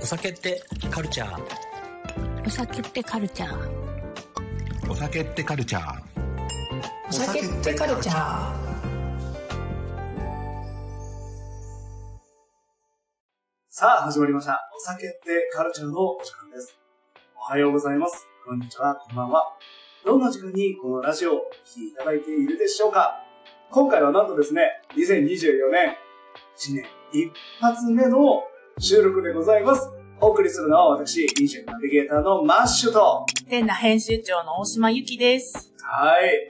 お酒ってカルチャー。お酒ってカルチャー。お酒ってカルチャー。お酒ってカルチャー。さあ、始まりました。お酒ってカルチャーのお時間です。おはようございます。こんにちは、こんばんは。どんな時間にこのラジオをお聴きいただいているでしょうか今回はなんとですね、2024年、1年一発目の収録でございます。お送りするのは私、DJ ナビゲーターのマッシュと、は変な編集長の大島ゆきです。い、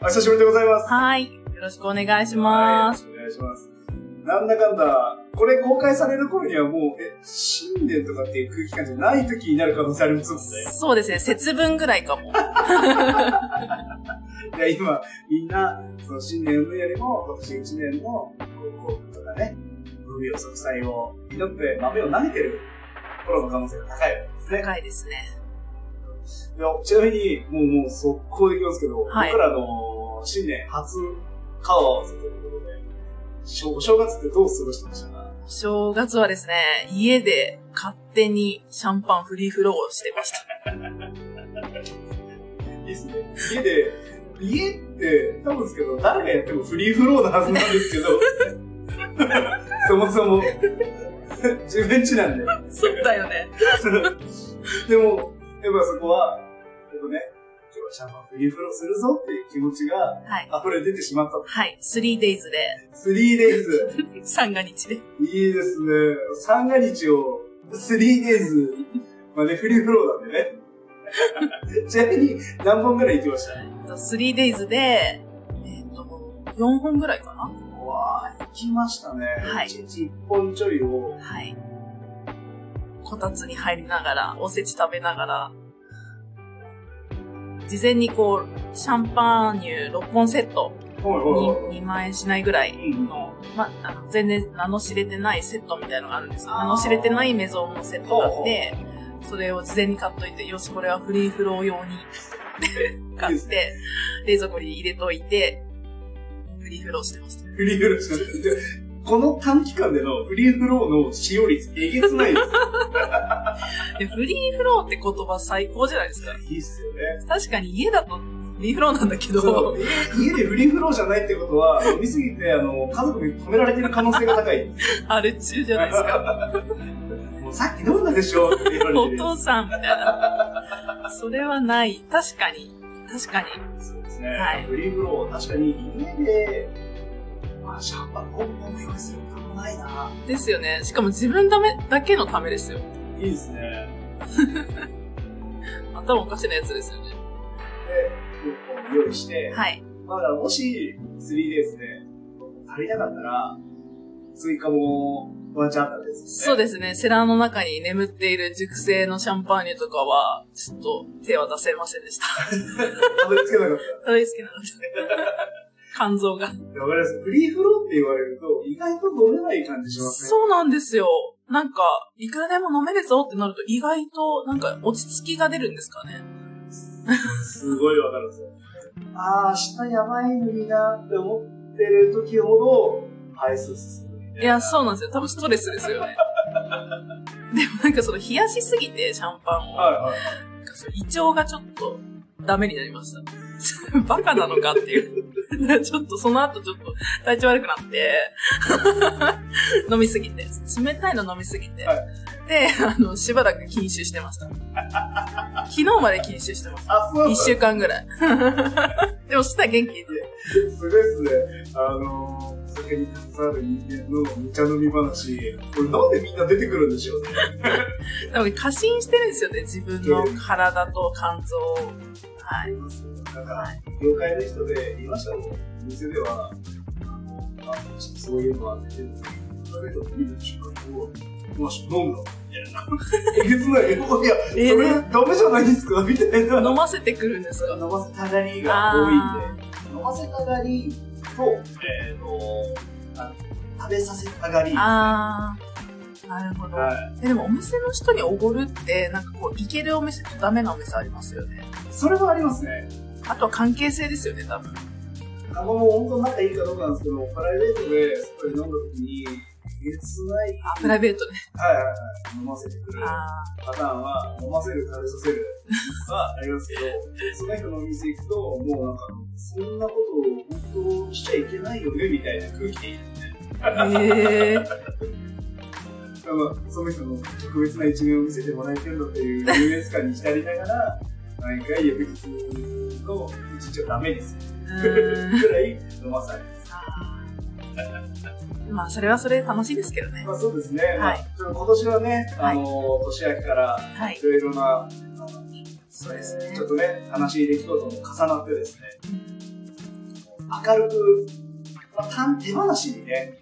お久しぶりでございます。はい。よろしくお願いします。はい。よろしくお願いします。なんだかんだ、これ公開される頃にはもう、え、新年とかっていう空気感じゃない時になる可能性ありますもんね。そうですね、節分ぐらいかも。いや、今、みんな、その新年運よりも、今年一年の、こう、幸運とかね、無病息災を祈って豆を投げてる頃の可能性が高いわけですね。高いですね。いや、ちなみに、もう、もう、速攻できますけど、はい僕らの、新年初顔合わせということで、しょお正月ってどう過ごしてましたかお正月はですね、家で勝手にシャンパンフリーフローをしてました。いいですね。家で、家って、多分ですけど、誰がやってもフリーフローなはずなんですけど、 そもそも、 自分家なんで。 そうだよね。 でも、やっぱそこは、やっぱね、今日はシャンパンフリーフローするぞっていう気持ちがはい。溢れ出てしまった。はい。3 days で、 3days。三が日で。いいですね。三が日を 3days までフリーフローなんでね。 ちなみに何本ぐらい行きました3 days で、えっと、4本ぐらいかなうわあ、行きましたね。はい1日1本ちょいを、はい。こたつに入りながら、おせち食べながら、事前にこう、シャンパーニュ6本セットほいほいに2万円しないぐらいうんの、ま、あの全然名の知れてないセットみたいのがあるんですよ。あー名の知れてないメゾンのセットがあって、それを事前に買っといて、よし、これはフリーフロー用に買いいでっすて、冷蔵庫に入れといて、フリーフローしてました。フリーフローしましたで。この短期間でのフリーフローの使用率、えげつないです。で、フリーフローって言葉最高じゃないですか。いいっすよね。確かに家だとフリーフローなんだけそどう、家家でフリーフローじゃないってことは、飲みすぎて、あの、家族に止められてる可能性が 高い。あれ中じゃないですか。もうさっき飲んだでしょって言われおてる。父さんみたいな。それはない。確かに。確かに。そうですね。はいフリーフロー、確かに家で、まあ、シャンパン5本も用意することもないな。ですよね。しかも自分ためだけのためですよ。いいですね。頭おかしなやつですよね。で、6本用意して、はい。まあだからもし 3days で足りなかったら、追加もワンチャンあったんですよね。 そうですね。セラーの中に眠っている熟成のシャンパーニュとかは、ちょっと手は出せませんでした。 たどり着けなかっただ好きなの肝臓が。た。わかります。フリーフローって言われると、意外と飲めない感じしますね。そうなんですよ。なんか、いくらでも飲めるぞってなると意外となんか落ち着きが出るんですかね。すごいわかるんですよ。あー、明日やばいのになって思ってる時ほど、配数進むみたいや、そうなんですよ。多分ストレスですよね。 でもなんかその冷やしすぎてシャンパンを、はいはい。なんかその胃腸がちょっとダメになりました。 バカなのかっていう。 ちょっとその後ちょっと体調悪くなって、 飲みすぎて、冷たいの飲みすぎて。はで、あの、しばらく禁酒してました。昨日まで禁酒してました。あ、そうなん一だ週間ぐらい。 でもしたら元気で。すごいですね。あのー、お酒に携わる人間のお茶飲み話。これなんでみんな出てくるんでしょうね。なんか過信してるんですよね、自分の体と肝臓を。はい。なんか、業界の人で言いましたね。お店では、あの、あちょっとそういうのは出てるんだけど、だけど、ビールしまを、まあ、飲んだ。みたいな。えげつない。いや、それ、えダメじゃないですかみたいな。飲ませてくるんですか飲ませたがりが多いんであ。飲ませたがりと、えっ、と、あ食べさせたがり。ーあー。なるほど。はえでもお店の人におごるって、なんかこう、行けるお店とダメなお店ありますよね。い。それはありますね。あとは関係性ですよね、多分。あの、もう本当仲いいかどうかなんですけど、プライベートで、そこで飲んだ時に、えつない、あ、プライベートで。はいはいはい、飲ませてくるあパターンは、飲ませる、食べさせるはありますけど、 その人のお店行くと、もうなんか、そんなことを本当しちゃいけないよね、みたいな空気でいる。あ。へえまあ、その人の特別な一面を見せてもらえてるのっていう優越感に浸りながら、 毎回翌日の一日をダメでするー。ぐらい飲まされます。まあ、それはそれで楽しいですけどね。まあそうですね。まはいあ、ちょっと今年はね、あの年明けからはいい。ろいろな、あのそうですねちょっとね、悲しい出来事も重なってですね、明るく、まあ、単手放しにね、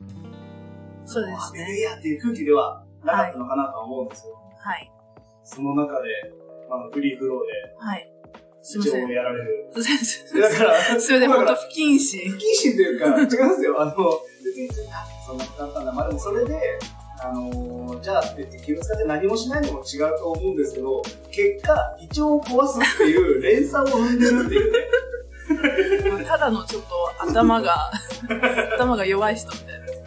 そうですね、ね。いやっていう空気ではなかったのかなとは思うんですよ。はい。その中で、まあ、フリーフローで、はい。すみま一せ応ん。やられる。すみまだせん。から、 すみません。だ本か当ら、不謹慎。不謹慎というか、違いますよ。あの、別に、あ、そんなことだったんだ。まあでもそれで、あのーじゃあって言って気を使って何もしないのも違うと思うんですけど、結果、胃腸を壊すっていう連鎖を生んでるっていうね。ただのちょっと頭が、頭が弱い人み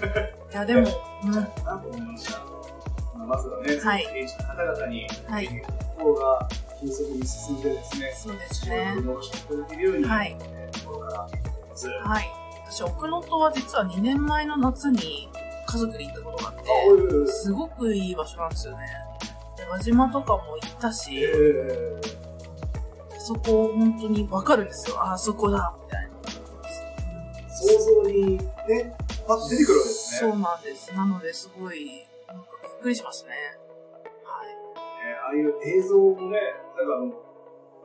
たいな。いや、でも、うん。なんと思いました。まあまずはね、はい現地の方々に、はい。えー心が急速に進んでですね、そうです仕ね事。に戻していただけるように、はい。えー心から思います。あ、はい。私、奥能登は実は2年前の夏に家族で行ったことがあって、おいおいおい。すごくいい場所なんですよね。で輪島とかも行ったし、えーあそこ本当にわかるんですよ。ああそこだ、みたいな。想像にね、パッと出てくるわけですね。そうなんです。なので、すごい、なんかびっくりしますね。はねああいう映像もね、なんかあの、こ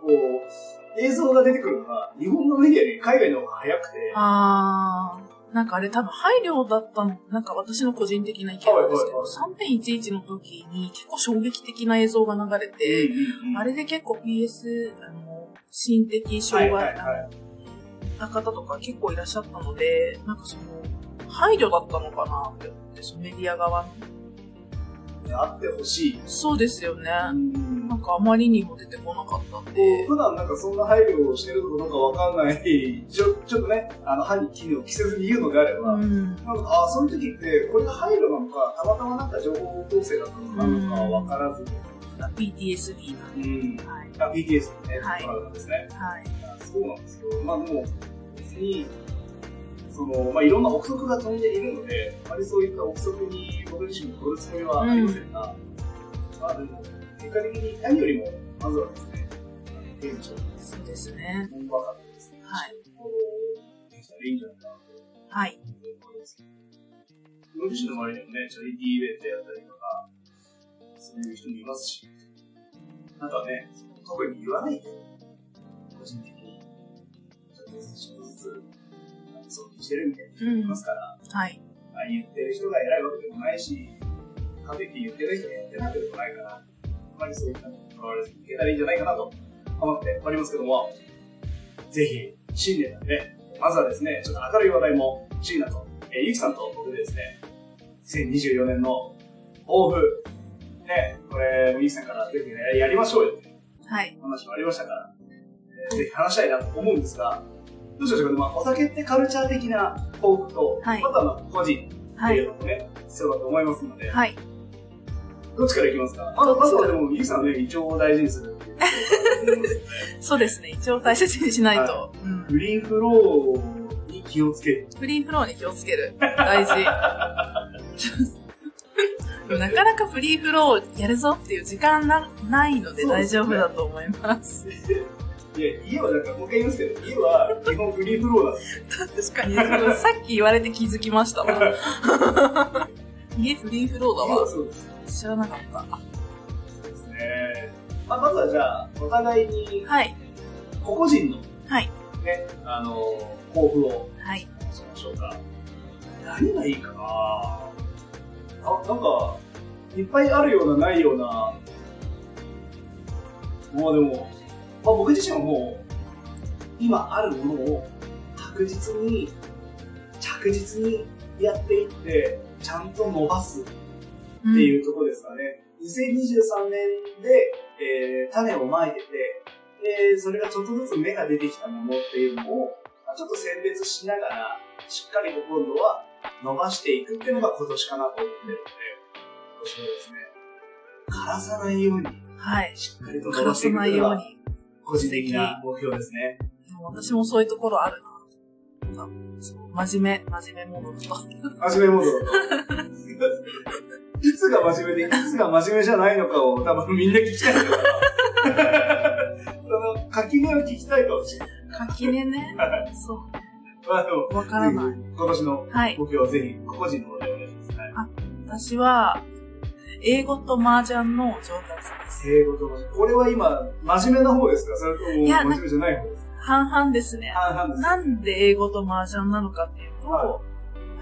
う、映像が出てくるのが、日本のメディアより海外の方が早くて、い。あー、なんかあれ多分配慮だったの、なんか私の個人的な意見なんですけど、3.11の時に結構衝撃的な映像が流れて、うんうんうんあれで結構 PS、あの、心的障はい害はいはいな方とか結構いらっしゃったので、なんかその、配慮だったのかなって思って、そのメディア側の。あってほしい。そうですよね。うなんんかあまりにも出てこなかったんこでう。普段なんかそんな配慮をしてるのかどうかわかんない、ちょちょっとね、あの、歯に衣を着せずに言うのであれば、うん。なんか、あ、その時って、これが配慮なのか、たまたまなんか情報統制だったのかなのかわからず、 PTSD な。うん。はい。あ、BTS のね、はいそうですね。はい。そうなんですけど、まあでも、別に、その、まあいろんな憶測が飛んでいるので、あまりそういった憶測に僕自身も乗るつもりはありませんが、まあでも、結果的に何よりも、まずはですね、あの店長、そうですね。本場からですね、はい。こう、できたらいいんじゃないかなとはい。思いますけど。僕自身の周りでもね、チャリティーイベントやったりとか、そういう人もいますし、なんかね、特に言わないで、個人的に、ちょっとずつちょっとずつ、そうしてるみたいな人もいますから、はい。まあ、言ってる人が偉いわけでもないし、かといって言ってない人がやってないわけでもないから、あまりそういったのにとらわれずにいけたらいいんじゃないかなと思っておりますけども、ぜひ、新年なんで、まずはですね、ちょっと明るい話題も、椎名と、えーゆきさんと僕でですね、2024年の抱負、ね、これ、ゆきさんからぜひね、やりましょうよってはい。お話もありましたから、えーぜひ話したいなと思うんですが、どうしましょうか、まあ、お酒ってカルチャー的な抱負と、はいまたの個人、っはていい。うのもね、必要だと思いますので、はい。どっちからいきますかまずどっちかまらずはでも、ゆきさんのね、胃腸を大事にするっていうことだと思いますのでそうですね。一応大切にしないと。うん。フリーフローに気をつけ る。フリーフローに気をつける。大事。 でもなかなかフリーフローやるぞっていう時間なないのでそうで大すね丈夫だと思います。いや、家はなんか、もう一回言いますけど、家は基本フリーフローなんです。確かに、さっき言われて気づきまし たわ。家フリーフロー家だはわ。そうです。知らなかった。そうですね。まあ、まずはじゃあ、お互いに、はい。個々人の、はい。ね、あの、抱負をはい。しましょうか。何がいいかなあ、なんか、いっぱいあるような、ないような。まあでも、まあ僕自身はもう、今あるものを確実に、着実にやっていって、ちゃんと伸ばすうっんていうところですかね。2023年で、えー種をまいてて、で、それがちょっとずつ芽が出てきたものっていうのを、まあちょっと選別しながら、しっかりと今度は、伸ばしていくっていうのが今年かなと思ってるので、今年はですね、枯らさないように、はい。しっかりと伸枯ばらしてさいくなっていいうのようが、に。個人的な目標ですね。でも私もそういうところあるな。なんかそう真面目、真面目者 とか。真面目モードだと。いつが真面目で、いつが真面目じゃないのかを多分みんな聞きたいから。その、垣根を聞きたいかもしれない。垣根ね。そまあでも、う。わからない。今年のはい。目標はぜひ、個人の方でお願いします。はい私は、英語と麻雀の上達です。英語とこれは今、真面目な方ですかそれとも、いや真面目じゃない方ですか半々ですね。半々です。なんで英語と麻雀なのかっていうと、は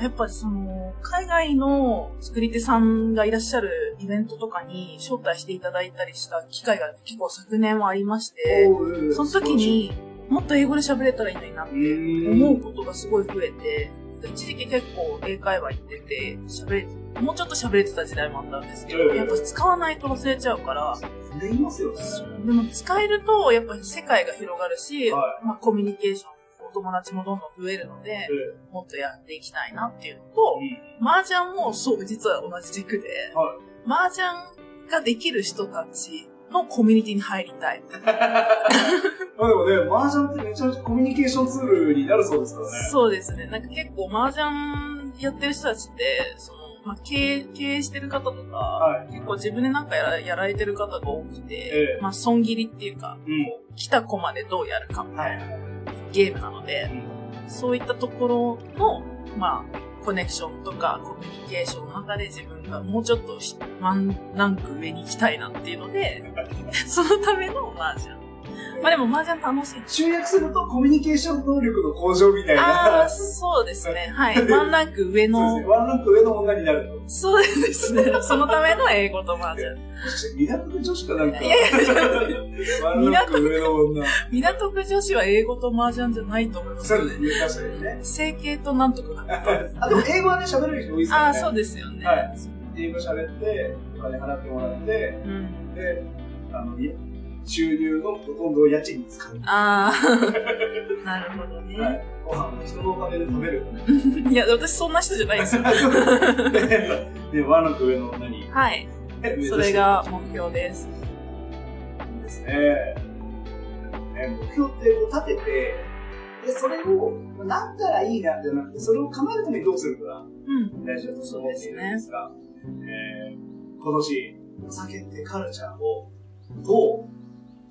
やっぱりその、海外の作り手さんがいらっしゃるイベントとかに招待していただいたりした機会が結構昨年はありまして、おうその時、にもっと英語で喋れたらいいのになって思思うことがすごい増えて、一時期結構英会話行ってて、喋れ、もうちょっと喋れてた時代もあったんですけど、うんやっぱ使わないと忘れちゃうから、できますよね。でも使えるとやっぱり世界が広がるし、はまあコミュニケーション、お友達もどんどん増えるので、もっとやっていきたいなっていうのと、麻雀もそう、実は同じ軸で、は麻雀ができる人たちのコミュニティに入りたい。まあでもね、麻雀ってめちゃめちゃコミュニケーションツールになるそうですからね。そうですね。なんか結構麻雀やってる人たちって、その、まあ、経営、経営してる方とか、は結構自分でなんかやらやられてる方が多くて、ええまあ、損切りっていうか、うんこう来た子までどうやるかみたいなゲームなので、そういったところの、まあ、コネクションとかコミュニケーションの中で自分がもうちょっとひワンランク上に行きたいなっていうので、 そのための麻雀。まあでも麻雀楽しい集約するとコミュニケーション能力の向上みたいあな。あ、そうそうですね。はい。ワンランク上ですね。の、ワンランク上の女になると。そうで すね。そのための英語とマージャン。港区女子かなんか。いやい やワンランク上の女。港区女子は英語とマージャンじゃないと思います。そうですね。確かにね。整形となんとかだった。あ、でも英語はね、喋れる人多いですよね。ああ、そうですよね。はい英語喋って、お金払ってもらって、うん。で、あの、い収入のほとんどを家賃に使う。ああ、 なるほどね。はい。ご飯も人のお金で食べる。 い、や、私そんな人じゃないですよ。で、ワンランク上の女に。はい。それが目標です。ですね。ね目標ってこう立てて、で、それを、なったらいいなじゃなくて、それを構えるためにどうするかがうん。大事だと思っているんですが、えー今年、お酒ってカルチャーをどう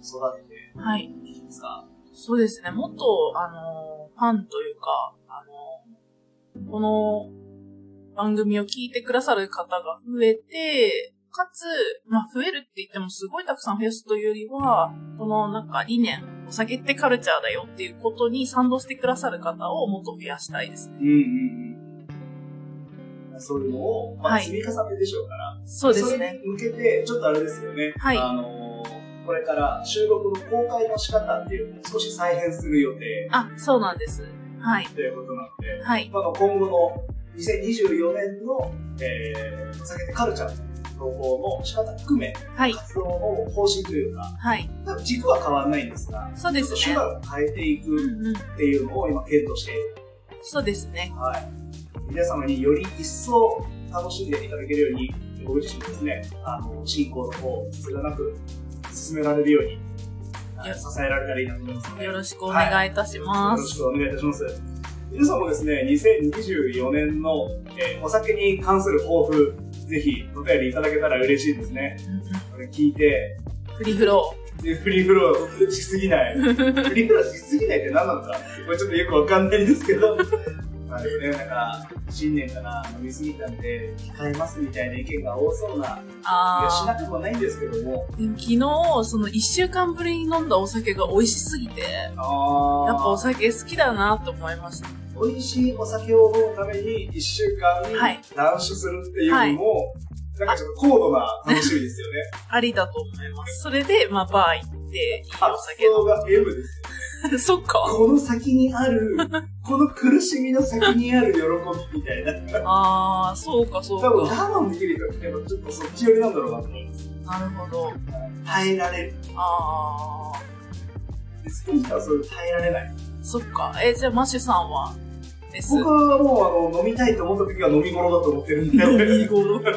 育ててはい。いきますかそうですね。もっと、あの、ファンというか、あの、この番組を聞いてくださる方が増えて、かつ、まあ、増えるって言ってもすごいたくさん増やすというよりは、このなんか理念、お酒ってカルチャーだよっていうことに賛同してくださる方をもっと増やしたいですね。うんうんうん。そういうのを、まはあ、い積み重ねでしょうから、そうですれね。に向けて、ちょっとあれですよね。はいあのーこれから収録の公開の仕方っていうのを少し再編する予定あ、そうなんです。はい。ということなので、はい。まあ、今後の2024年の、えー、避けてカルチャーの投稿の仕方含め、はい。活動の方針というか、はい。多分軸は変わらないんですが、そうです手ね。段を変えていうくんうん。っていうのを今検討しているそうですね。はい、皆様により一層楽しんでいただけるように、僕自身もですね、あの進行の方をつがなく進められるように、はい支えられたらいいなと思いますので、よよろしくお願いいたしまろしす。くお願いいたします。皆さんもですね、2024年の、えーお酒に関する抱負、ぜひお便りいただけたら嬉しいですね。うんうんこれ聞いて、フリーフロー。でフリーフローしすぎ ない。フリーフローしすぎないって何なのか、これちょっとよくわかんないんですけど。まあでもね、なんか、新年から飲みすぎたんで、控えますみたいな意見が多そうな気がしなあくもないんですけども。ーでも昨日、その一週間ぶりに飲んだお酒が美味しすぎて、やっあぱお酒好きだなと思いました。美味しいお酒を飲むために、一週間はい断酒するっていうのも、なんかちょっと高度な楽しみですよね。ありだと思います。それで、まあ、バー行って、いい発お酒想が M ですよねの。 そっか。この先にある、この苦しみの先にある喜びみたいな。あー、そうか、そう多分我か。慢できる人ってやっぱちょっとそっち寄りなんだろうなと思います。なるほど。耐えられる。あで、好きな人はそれ耐えられない。ー、そっか。え、じゃあ、マシュさんは、です。僕はもう、あの、飲みたいと思った時は飲み頃だと思ってるんで。飲み頃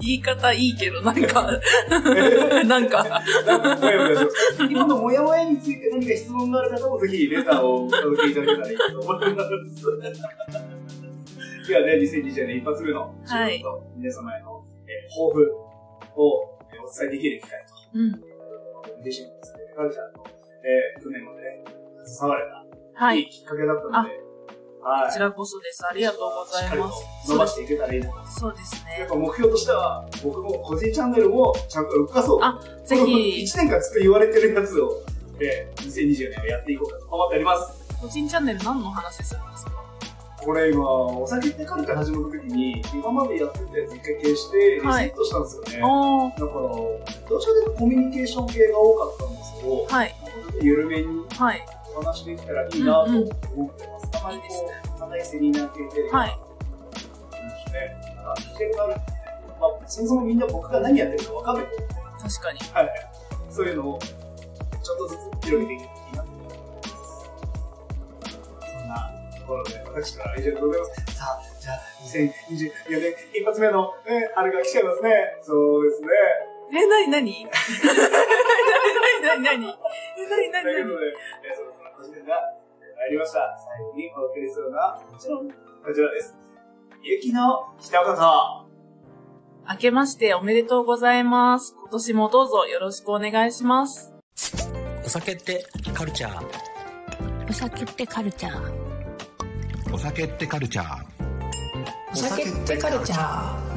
言い方いいけど、なんか、 なんか、もやもやします今のもやもやについて何か質問がある方もぜひレターをお届けいただけたらいいと思います。ではね、2020年一発目の収録と皆様への、えー抱負をえーお伝えできる機会と、うん。嬉しいですね。カルちゃんの、えー、去年までね、携われた、、はいい。いきっかけだったので、はこちらこそです。ありがとうございましっかりす。と伸ばしていけたらいいなと。そうですやっね。ぱ目標としては、僕も個人チャンネルもちゃんと動かそう。あぜひ1、年間ずっと言われてるやつを、えー、2020年はやっていこうかと思っております。個人チャンネル何の話するんですかこれ今、お酒ってカルタ始まった時に、今までやってたやつ一回消して、リセはいットしたんですよね。あだから、どちらかというとコミュニケーション系が多かったんですけど、あ、はい、なんかちょっと緩めにはい、お話できたらいいなとうんうん思ってます。たまにこいいですう、課題セミナー系で、はい、なんでしょうね。なんか、危険があるってね。まあ、そもそもみんな僕が何やってるかわかんない。確かに。そういうのを、ちょっとずつ広げていけばいいなと思います。そんなところで、私からは以上でございます。さあ、じゃあ、2024年一発目の、ね、あれが来ちゃいますね。そうですね。え、なになに なになになになにえ、なになというにことで、えー、そろそろお時間が参りました。最後にお送りするのは、もちろん、こちらです。ゆきの一言。明けましておめでとうございます。今年もどうぞよろしくお願いします。お酒ってカルチャーお酒ってカルチャーお酒ってカルチャーお酒ってカルチャー